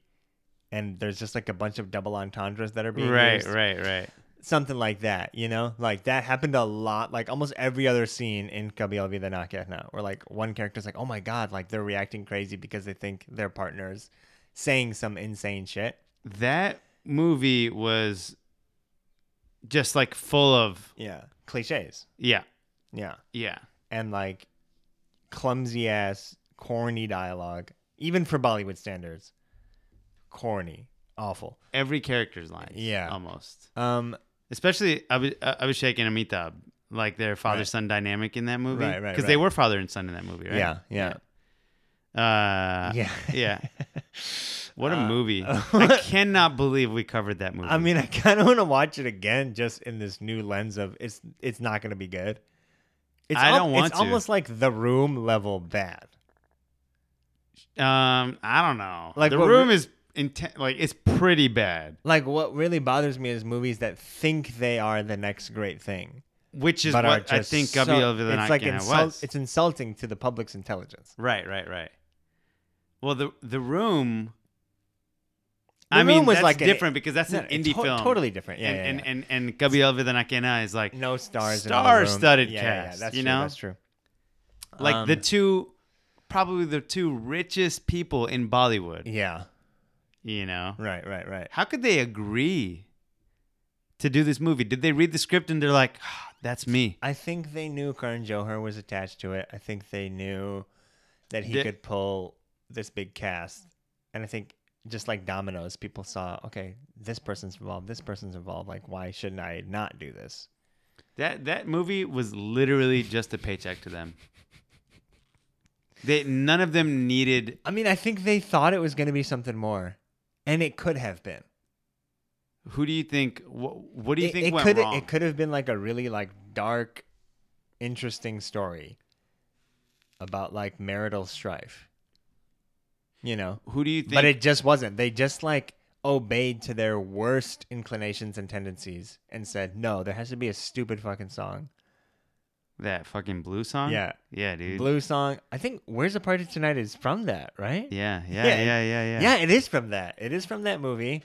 Speaker 1: and there's just like a bunch of double entendres that are being
Speaker 2: right,
Speaker 1: used.
Speaker 2: right, right.
Speaker 1: Something like that, you know? Like that happened a lot, like almost every other scene in Kabi Al Vida Na Kehna, where like one character's like, oh my God, like they're reacting crazy because they think their partner's saying some insane shit.
Speaker 2: That movie was just like full of
Speaker 1: Yeah. Cliches.
Speaker 2: yeah,
Speaker 1: Yeah.
Speaker 2: yeah.
Speaker 1: And like clumsy ass, corny dialogue, even for Bollywood standards. Corny. Awful.
Speaker 2: every character's lines.
Speaker 1: Yeah.
Speaker 2: almost.
Speaker 1: Um,
Speaker 2: especially Abhi- uh, Abhishek and Amitabh, like their father son dynamic in that movie,
Speaker 1: Right, right,
Speaker 2: Because they
Speaker 1: right.
Speaker 2: were father and son in that movie, right?
Speaker 1: Yeah, yeah.
Speaker 2: Uh,
Speaker 1: Yeah. *laughs* Uh,
Speaker 2: yeah. What a movie! I cannot believe we covered that movie.
Speaker 1: I mean, I kind of want to watch it again, just in this new lens of it's it's not going to be good. It's
Speaker 2: I don't want
Speaker 1: It's
Speaker 2: to.
Speaker 1: almost like the room level bad.
Speaker 2: um, I don't know.
Speaker 1: Like,
Speaker 2: Like the
Speaker 1: what
Speaker 2: room
Speaker 1: re-
Speaker 2: is inten- Like it's pretty bad,
Speaker 1: Like what really bothers me is movies that think they are the next great thing,
Speaker 2: which is
Speaker 1: but are
Speaker 2: what
Speaker 1: just
Speaker 2: I think
Speaker 1: so,
Speaker 2: Gabriel Villanakina
Speaker 1: it's like insult-
Speaker 2: was.
Speaker 1: It's insulting to the public's intelligence.
Speaker 2: Right, right, right. Well, the the room.
Speaker 1: The
Speaker 2: I mean,
Speaker 1: Room was
Speaker 2: that's
Speaker 1: like an-
Speaker 2: different because that's
Speaker 1: No,
Speaker 2: an
Speaker 1: it's
Speaker 2: indie
Speaker 1: to-
Speaker 2: film,
Speaker 1: totally different. Yeah,
Speaker 2: and,
Speaker 1: yeah,
Speaker 2: and,
Speaker 1: yeah.
Speaker 2: and and Gabriel Villanakina is like
Speaker 1: No stars. in all the room.
Speaker 2: star-studded
Speaker 1: Yeah, Yeah,
Speaker 2: cast,
Speaker 1: yeah, that's
Speaker 2: you
Speaker 1: true,
Speaker 2: know?
Speaker 1: that's true.
Speaker 2: like the
Speaker 1: Um,
Speaker 2: two, probably the two richest people in Bollywood.
Speaker 1: Yeah.
Speaker 2: You know,
Speaker 1: Right. Right. Right.
Speaker 2: how could they agree to do this movie? Did they read the script and they're like, "Ah, "That's me."
Speaker 1: I think they knew Karan Johar was attached to it. I think they knew that he
Speaker 2: Did-
Speaker 1: could pull this big cast. And I think just like dominoes, people saw, okay, this person's involved, this person's involved. Like, why shouldn't I not do this?
Speaker 2: That that movie was literally just a paycheck to them. They none of them needed
Speaker 1: I mean, I think they thought it was going to be something more, and it could have been.
Speaker 2: Who do you think? What, what do you
Speaker 1: it,
Speaker 2: think
Speaker 1: it
Speaker 2: went
Speaker 1: could
Speaker 2: wrong?
Speaker 1: it could have been like a really like dark, interesting story about like marital strife. You know,
Speaker 2: Who do you think?
Speaker 1: but it just wasn't. They just like obeyed to their worst inclinations and tendencies and said, "No, there has to be a stupid fucking song."
Speaker 2: that fucking blue song.
Speaker 1: Yeah.
Speaker 2: yeah, dude.
Speaker 1: Blue song. I think "Where's the Party Tonight" is from that, right?
Speaker 2: Yeah, yeah,
Speaker 1: Yeah.
Speaker 2: yeah, yeah, yeah.
Speaker 1: Yeah, it is from that. It is from that movie.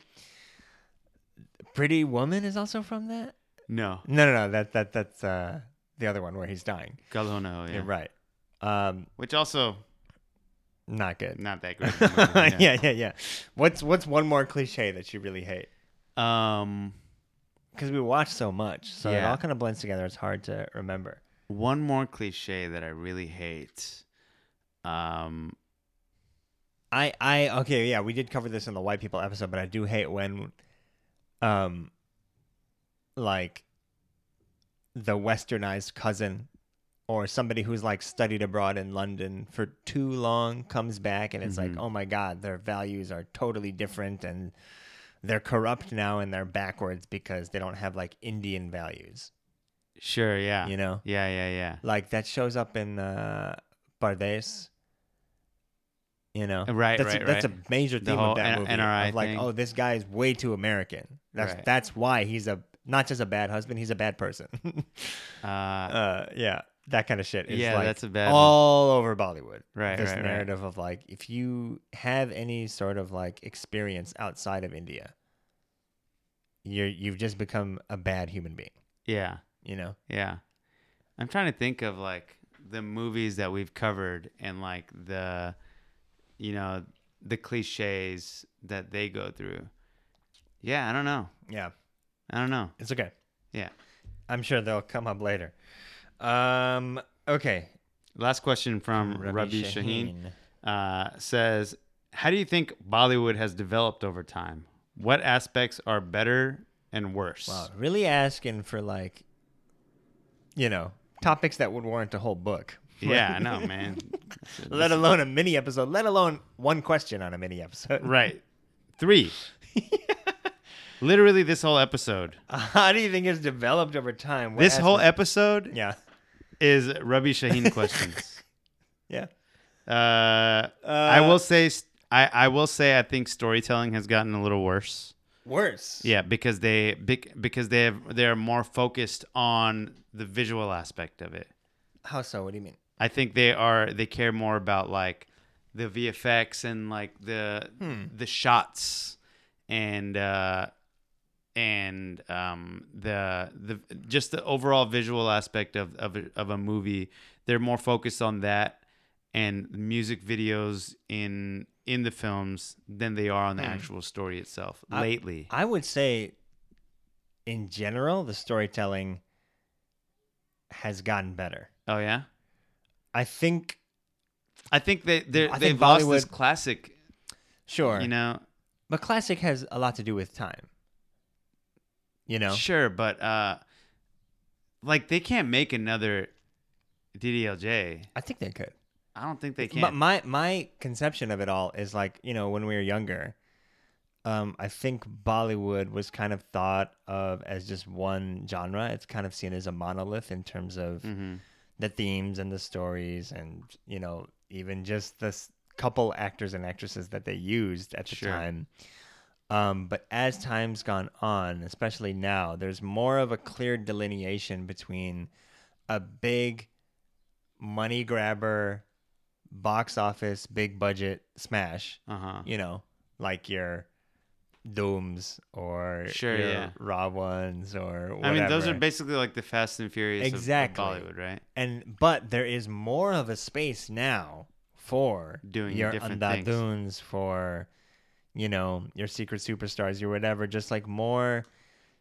Speaker 1: Pretty Woman is also from that.
Speaker 2: No,
Speaker 1: No, no, no. That that that's uh, the other one where he's dying.
Speaker 2: Galhono. Yeah.
Speaker 1: You're right. Um,
Speaker 2: Which also
Speaker 1: not good.
Speaker 2: not
Speaker 1: *laughs*
Speaker 2: that great. of a
Speaker 1: yeah.
Speaker 2: movie,
Speaker 1: yeah, yeah, What's what's one more cliche that you really hate?
Speaker 2: Um,
Speaker 1: Because we watch so much, so it
Speaker 2: Yeah.
Speaker 1: all kind of blends together. It's hard to remember.
Speaker 2: one more cliche that I really hate. Um,
Speaker 1: I I okay yeah we did cover this in the white people episode, but I do hate when, um, like the westernized cousin or somebody who's like studied abroad in London for too long comes back and it's like oh my god their values are totally different and they're corrupt now and they're backwards because they don't have like Indian values
Speaker 2: sure. Yeah.
Speaker 1: you know
Speaker 2: Yeah, yeah, yeah.
Speaker 1: like that shows up in uh Bardes. You know,
Speaker 2: Right,
Speaker 1: that's a,
Speaker 2: right,
Speaker 1: That's a
Speaker 2: right.
Speaker 1: major
Speaker 2: The
Speaker 1: theme
Speaker 2: whole
Speaker 1: of that
Speaker 2: N-
Speaker 1: movie.
Speaker 2: NRI
Speaker 1: of like,
Speaker 2: thing.
Speaker 1: oh, this guy is way too American. That's
Speaker 2: Right.
Speaker 1: that's why he's a not just a bad husband, he's a bad person. *laughs*
Speaker 2: Uh,
Speaker 1: uh, yeah, that kind of shit. Is
Speaker 2: Yeah,
Speaker 1: like
Speaker 2: that's a bad one.
Speaker 1: all over Bollywood.
Speaker 2: Right,
Speaker 1: this
Speaker 2: right, right.
Speaker 1: narrative of like, if you have any sort of like experience outside of India, you're you've just become a bad human being.
Speaker 2: yeah,
Speaker 1: You know,
Speaker 2: yeah. I'm trying to think of like the movies that we've covered and like the, you know, the cliches that they go through. Yeah, I don't know.
Speaker 1: yeah,
Speaker 2: I don't know.
Speaker 1: it's okay.
Speaker 2: Yeah.
Speaker 1: I'm sure they'll come up later. Um. Okay.
Speaker 2: Last question from Rabi, Shaheen, Uh, says, "How do you think Bollywood has developed over time? What aspects are better and worse?" *laughs*
Speaker 1: Wow, Uh, really asking for like, you know, topics that would warrant a whole book.
Speaker 2: Yeah, I know, man.
Speaker 1: Let alone a mini episode. Let alone one question on a mini episode.
Speaker 2: right, *laughs* three. Literally, this whole episode.
Speaker 1: *laughs* How do you think it's developed over time? What
Speaker 2: This whole
Speaker 1: aspect-
Speaker 2: episode
Speaker 1: yeah,
Speaker 2: is Rabi Shaheen questions.
Speaker 1: yeah.
Speaker 2: uh, I will say, st- I, I will say, I think storytelling has gotten a little worse.
Speaker 1: Worse.
Speaker 2: Yeah, because they bec- because they have they're more focused on the visual aspect of it.
Speaker 1: How so? What do you mean?
Speaker 2: I think they are they care more about like the VFX and like the
Speaker 1: Hmm.
Speaker 2: the shots and uh and um the the just the overall visual aspect of of a, of a movie. They're more focused on that and music videos in in the films than they are on the actual story itself
Speaker 1: Hmm. I-
Speaker 2: lately.
Speaker 1: I would say, in general, the storytelling has gotten better.
Speaker 2: oh yeah.
Speaker 1: I think.
Speaker 2: I think they they
Speaker 1: I
Speaker 2: they've
Speaker 1: think
Speaker 2: lost this
Speaker 1: Bollywood-
Speaker 2: classic,
Speaker 1: Sure.
Speaker 2: you know.
Speaker 1: But classic has a lot to do with time. You know,
Speaker 2: Sure, but uh, like they can't make another DDLJ.
Speaker 1: I think they could.
Speaker 2: I don't think they can.
Speaker 1: But my my conception of it all is like you know when we were younger, um, I think Bollywood was kind of thought of as just one genre. It's kind of seen as a monolith in terms of the themes and the stories, and you know even just the s- couple actors and actresses that they used at the
Speaker 2: Sure.
Speaker 1: time. Um, but as time's gone on, especially now, there's more of a clear delineation between a big money grabber box office big budget smash
Speaker 2: uh huh.
Speaker 1: you know like your dooms or
Speaker 2: Sure,
Speaker 1: your
Speaker 2: yeah.
Speaker 1: raw ones or whatever.
Speaker 2: I mean, those are basically like the Fast and Furious of-
Speaker 1: Exactly.
Speaker 2: of, Bollywood, right?
Speaker 1: and but there is more of a space now for
Speaker 2: Doing
Speaker 1: your
Speaker 2: different things.
Speaker 1: andadoons for you know your secret superstars your whatever just like more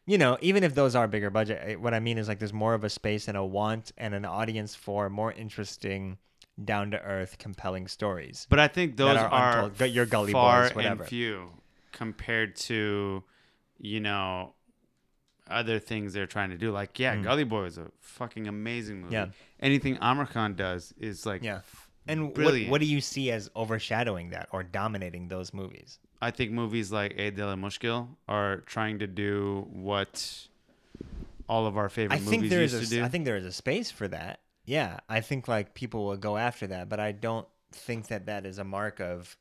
Speaker 1: you know even if those are bigger budget eh, what i mean is like there's more of a space and a want and an audience for more interesting down to earth compelling stories
Speaker 2: But I think those
Speaker 1: are
Speaker 2: are,
Speaker 1: untold. Gu- your Gully
Speaker 2: far
Speaker 1: Boys, whatever.
Speaker 2: and few compared to, you know, other things they're trying to do. Like, yeah, Gully Boy was a fucking amazing movie.
Speaker 1: Mm. Yeah.
Speaker 2: Anything Amar Khan does is like,
Speaker 1: yeah and what,
Speaker 2: brilliant.
Speaker 1: what do you see as overshadowing that or dominating those movies
Speaker 2: I think movies like A De La Mushkil are trying to do what all of our favorite
Speaker 1: I
Speaker 2: movies
Speaker 1: think there is
Speaker 2: used
Speaker 1: a,
Speaker 2: to do.
Speaker 1: I think there is a space for that. Yeah, I think like people will go after that, but I don't think that that is a mark of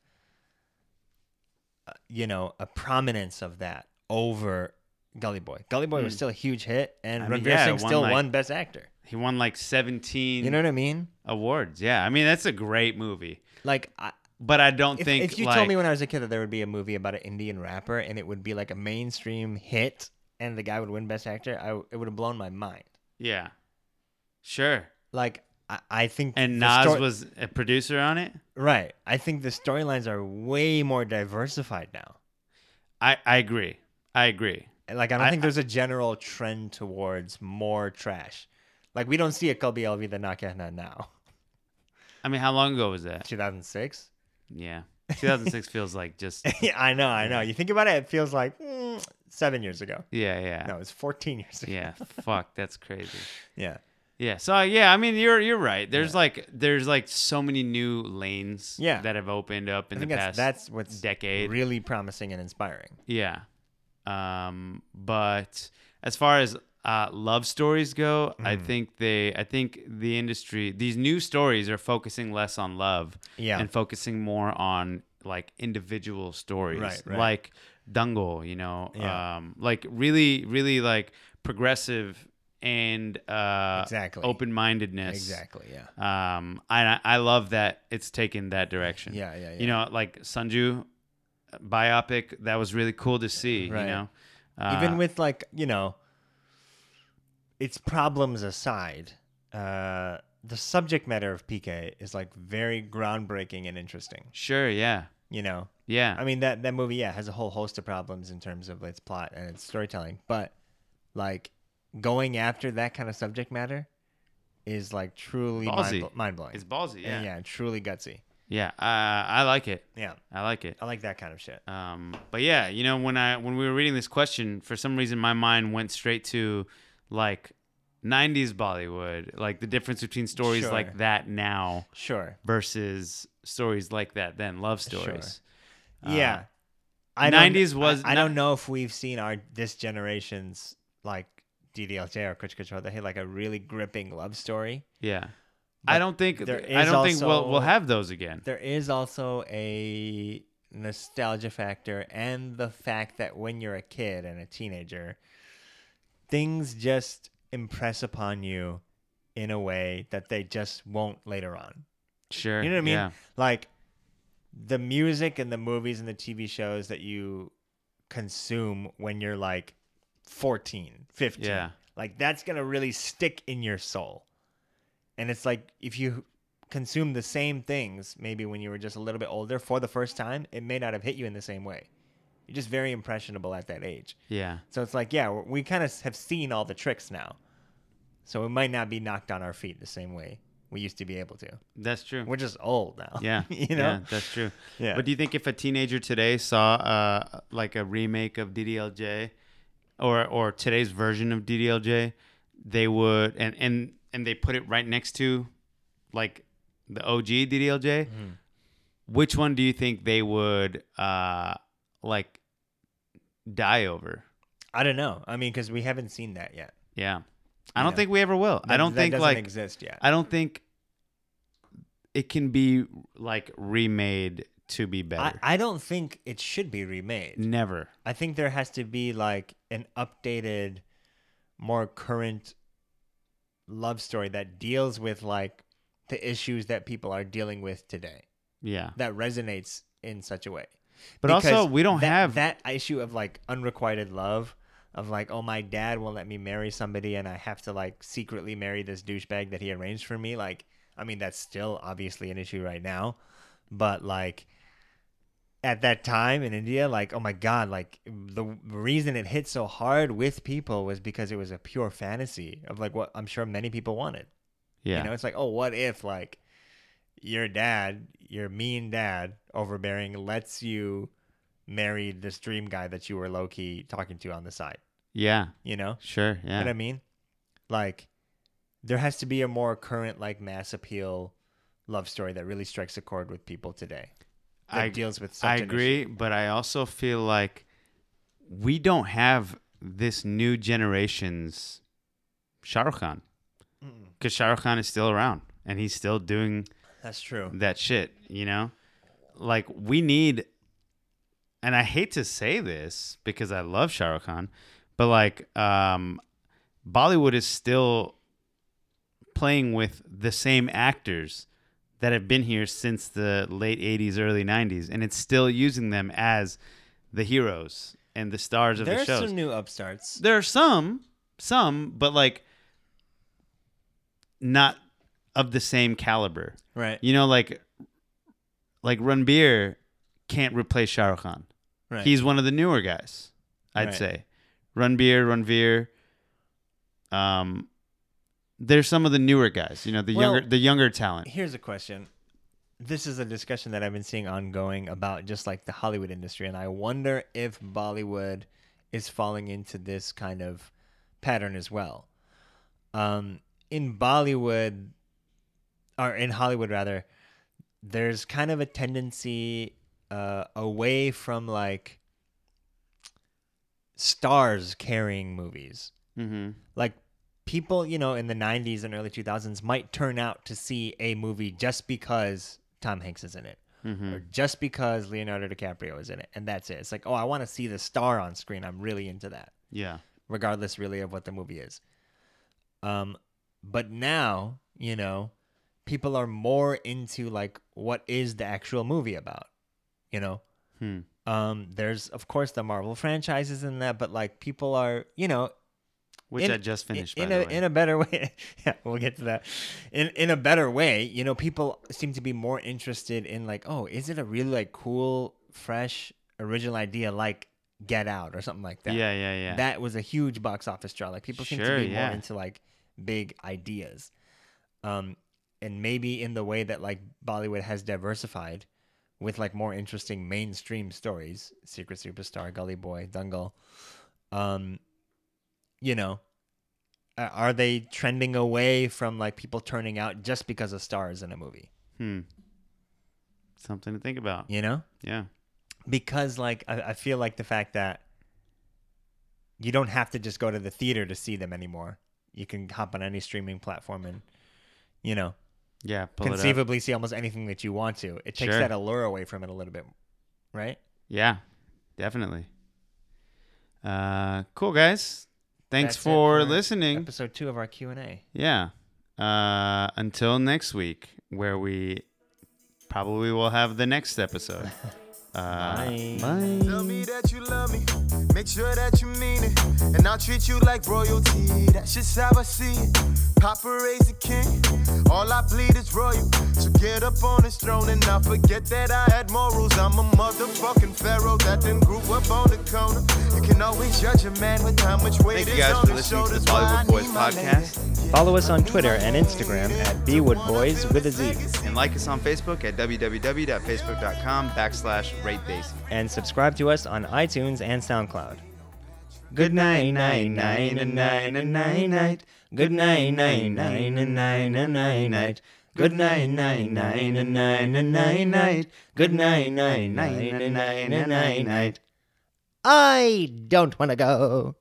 Speaker 1: uh, you know, a prominence of that over Gully Boy. Gully Boy was still a huge hit and
Speaker 2: Hmm. I mean,
Speaker 1: Ranveer
Speaker 2: yeah,
Speaker 1: Singh
Speaker 2: it won,
Speaker 1: still
Speaker 2: like-
Speaker 1: won best actor.
Speaker 2: he won like 17
Speaker 1: You know what I mean?
Speaker 2: awards. Yeah, I mean that's a great movie,
Speaker 1: Like I
Speaker 2: but I don't
Speaker 1: if,
Speaker 2: think
Speaker 1: if you
Speaker 2: like,
Speaker 1: told me when I was a kid that there would be a movie about an Indian rapper and it would be like a mainstream hit and the guy would win best actor, I, it would have blown my mind.
Speaker 2: yeah, sure.
Speaker 1: Like I, I think
Speaker 2: And
Speaker 1: the
Speaker 2: Nas
Speaker 1: sto-
Speaker 2: was a producer on it.
Speaker 1: Right. I think the storylines are way more diversified now.
Speaker 2: I I agree. I agree.
Speaker 1: Like I don't
Speaker 2: I-
Speaker 1: think there's a general trend towards more trash. Like we don't see a Kobe LV the Nakahna now. *laughs*
Speaker 2: I mean, how long ago was that?
Speaker 1: 2006.
Speaker 2: Yeah, 2006 feels like just
Speaker 1: *laughs* yeah, I know, I know. You think about it, it feels like mm, seven years ago.
Speaker 2: yeah, yeah,
Speaker 1: No, it's 14 years ago.
Speaker 2: yeah. Fuck, that's crazy.
Speaker 1: Yeah.
Speaker 2: Yeah. So yeah, I mean, you're you're right. There's like there's like so many new lanes
Speaker 1: Yeah.
Speaker 2: that have opened up
Speaker 1: I
Speaker 2: in
Speaker 1: think
Speaker 2: the
Speaker 1: that's
Speaker 2: past.
Speaker 1: that's what's
Speaker 2: decade.
Speaker 1: really promising and inspiring.
Speaker 2: yeah. Um, but as far as uh, love stories go, I
Speaker 1: Mm.
Speaker 2: think they I think the industry these new stories are focusing less on love
Speaker 1: Yeah.
Speaker 2: and focusing more on like individual stories
Speaker 1: Right, right.
Speaker 2: like Dango, you know,
Speaker 1: Yeah.
Speaker 2: um, like really really like progressive and uh
Speaker 1: Exactly.
Speaker 2: open-mindedness
Speaker 1: Exactly. Yeah.
Speaker 2: um i i love that it's taken that direction
Speaker 1: Yeah, yeah, yeah.
Speaker 2: you know like sanju biopic that was really cool to see
Speaker 1: Right.
Speaker 2: you know uh,
Speaker 1: even with like you know its problems aside uh the subject matter of pk is like very groundbreaking and interesting
Speaker 2: sure yeah
Speaker 1: you know
Speaker 2: yeah
Speaker 1: i mean that that movie yeah has a whole host of problems in terms of its plot and its storytelling but like going after that kind of subject matter is like truly
Speaker 2: Ballsy.
Speaker 1: mind, blowing
Speaker 2: it's ballsy yeah yeah,
Speaker 1: yeah truly gutsy
Speaker 2: uh, i like it
Speaker 1: yeah
Speaker 2: i like it
Speaker 1: i like that kind of shit
Speaker 2: um but yeah you know when i when we were reading this question for some reason my mind went straight to like 90s bollywood like the difference between stories
Speaker 1: Sure.
Speaker 2: like that now
Speaker 1: sure
Speaker 2: versus stories like that then love stories
Speaker 1: Yeah. don't-
Speaker 2: 90s was
Speaker 1: I, I
Speaker 2: not-
Speaker 1: don't know if we've seen our this generation's like DDLJ or Kuch Kuch Hoda Hey like a really gripping love story.
Speaker 2: Yeah. I
Speaker 1: But
Speaker 2: don't think
Speaker 1: there
Speaker 2: I
Speaker 1: is
Speaker 2: don't think we'll we'll
Speaker 1: also-
Speaker 2: have those again.
Speaker 1: There is also a nostalgia factor and the fact that when you're a kid and a teenager, things just impress upon you in a way that they just won't later on.
Speaker 2: Sure.
Speaker 1: You know what I mean?
Speaker 2: Yeah.
Speaker 1: Like the music and the movies and the TV shows that you consume when you're like 14, 15.
Speaker 2: Yeah.
Speaker 1: Like that's going to really stick in your soul. And it's like if you consume the same things maybe when you were just a little bit older for the first time, it may not have hit you in the same way. You're just very impressionable at that age.
Speaker 2: Yeah.
Speaker 1: So it's like, yeah, we kind of have seen all the tricks now. So we might not be knocked on our feet the same way we used to be able to.
Speaker 2: That's true.
Speaker 1: We're just old now.
Speaker 2: *laughs* yeah.
Speaker 1: *laughs* you
Speaker 2: Yeah,
Speaker 1: know?
Speaker 2: that's true.
Speaker 1: *laughs* Yeah.
Speaker 2: But do you think if a teenager today saw uh like a remake of DDLJ or or today's version of DDLJ, they would and and and they put it right next to like the OG DDLJ.
Speaker 1: Mm-hmm.
Speaker 2: Which one do you think they would uh like die over?
Speaker 1: I don't know. I mean, because we haven't seen that yet.
Speaker 2: Yeah. I don't
Speaker 1: Yeah.
Speaker 2: think we ever will. I
Speaker 1: That-
Speaker 2: don't
Speaker 1: that
Speaker 2: think
Speaker 1: doesn't
Speaker 2: like
Speaker 1: exist yet.
Speaker 2: I don't think it can be like remade to be better.
Speaker 1: I, I don't think it should be remade.
Speaker 2: Never.
Speaker 1: I think there has to be like an updated, more current love story that deals with like the issues that people are dealing with today
Speaker 2: Yeah.
Speaker 1: that resonates in such a way.
Speaker 2: But also,
Speaker 1: Because
Speaker 2: we don't
Speaker 1: that-
Speaker 2: have-
Speaker 1: that issue of like unrequited love of like oh my dad won't let me marry somebody and I have to like secretly marry this douchebag that he arranged for me like I mean that's still obviously an issue right now but like at that time in India, like, oh my God, like the reason it hit so hard with people was because it was a pure fantasy of like what I'm sure many people wanted.
Speaker 2: Yeah.
Speaker 1: You know, it's like, oh, what if like your dad, your mean dad, overbearing, lets you marry this dream guy that you were low key talking to on the side?
Speaker 2: yeah.
Speaker 1: You know
Speaker 2: Sure. Yeah.
Speaker 1: what I mean? Like, there has to be a more current, like, mass appeal love story that really strikes a chord with people today. That
Speaker 2: I-
Speaker 1: deals with. Such
Speaker 2: I
Speaker 1: an
Speaker 2: agree, but I also feel like we don't have this new generation's Shah Rukh Khan because Shah Rukh Khan is still around and he's still doing
Speaker 1: That's true.
Speaker 2: that shit, you know? Like, we need, and I hate to say this because I love Shah Rukh Khan, but like, um, Bollywood is still playing with the same actors that have been here since the late 80s, early 90s, and it's still using them as the heroes and the stars of
Speaker 1: There
Speaker 2: the
Speaker 1: are
Speaker 2: shows.
Speaker 1: some new upstarts.
Speaker 2: There are some, some, but like, not of the same caliber.
Speaker 1: Right.
Speaker 2: You know, like like Ranbir can't replace Shah Rukh Khan.
Speaker 1: right.
Speaker 2: He's one of the newer guys, I'd
Speaker 1: Right.
Speaker 2: say. Ranbir, Ranveer, um, they're some of the newer guys. You know, the
Speaker 1: Well-
Speaker 2: younger the younger talent.
Speaker 1: Here's a question. This is a discussion that I've been seeing ongoing about just like the Hollywood industry, and I wonder if Bollywood is falling into this kind of pattern as well. Um, in Bollywood, or in Hollywood rather, there's kind of a tendency uh, away from like stars carrying movies
Speaker 2: Mm-hmm.
Speaker 1: like people you know in the 90s and early 2000s might turn out to see a movie just because tom hanks is in it or just because leonardo dicaprio is in it and that's it it's like oh i want to see the star on screen i'm really into that
Speaker 2: Yeah.
Speaker 1: regardless really of what the movie is um but now you know people are more into like what is the actual movie about you know
Speaker 2: Hmm.
Speaker 1: um there's of course the marvel franchises in that but like people are you know
Speaker 2: Which
Speaker 1: in-
Speaker 2: I just finished.
Speaker 1: in,
Speaker 2: by
Speaker 1: in a
Speaker 2: the way.
Speaker 1: in a better *laughs* way. yeah, we'll get to that. In in a better way, you know, people seem to be more interested in like, oh, is it a really like cool, fresh, original idea like Get Out or something like that?
Speaker 2: yeah, yeah, yeah.
Speaker 1: That was a huge box office draw. Like people seem
Speaker 2: Sure,
Speaker 1: to be
Speaker 2: yeah.
Speaker 1: more into like big ideas. Um and maybe in the way that like Bollywood has diversified with like more interesting mainstream stories, Secret Superstar, Gully Boy, Dungle. Um you know, a- are they trending away from like people turning out just because a star is in a movie,
Speaker 2: hmm. Something to think about.
Speaker 1: you know?
Speaker 2: Yeah.
Speaker 1: because like I, I feel like the fact that you don't have to just go to the theater to see them anymore. You can hop on any streaming platform and you know
Speaker 2: Yeah. Pull it up.
Speaker 1: conceivably see almost anything that you want to. It takes
Speaker 2: Sure.
Speaker 1: that allure away from it a little bit, right?
Speaker 2: Yeah, definitely. Uh, cool guys. Thanks
Speaker 1: That's it
Speaker 2: for listening.
Speaker 1: Episode two of our Q and A.
Speaker 2: Yeah. Uh, until next week, where we probably will have the next episode. Uh,
Speaker 1: Bye.
Speaker 2: bye.
Speaker 4: Tell me that you love me, make sure that you mean it, and I'll treat you like royalty. That's just how I see it. Papa raised a king, all I bleed is royal. So get up on his throne and not forget that I had morals. I'm a motherfucking pharaoh that then grew up on the corner. You can always judge a man with how much weight
Speaker 5: Thank
Speaker 4: is
Speaker 5: you guys
Speaker 4: on
Speaker 5: for
Speaker 4: his
Speaker 5: listening to the
Speaker 4: shoulders. Why I
Speaker 5: Bollywood Boys
Speaker 4: need my lady.
Speaker 5: podcast.
Speaker 1: Follow us on Twitter and Instagram at bwoodboys with a Z,
Speaker 5: And like us on Facebook at www.facebook.com backslash rate Daisy.
Speaker 1: and subscribe to us on iTunes and SoundCloud. Good night, night, night, and night, and night, night. Good night, night, night, and night, and night, night. Good night, night, night, and night, and night, night. Good night, night, night, and night, and night, night. I don't want to go.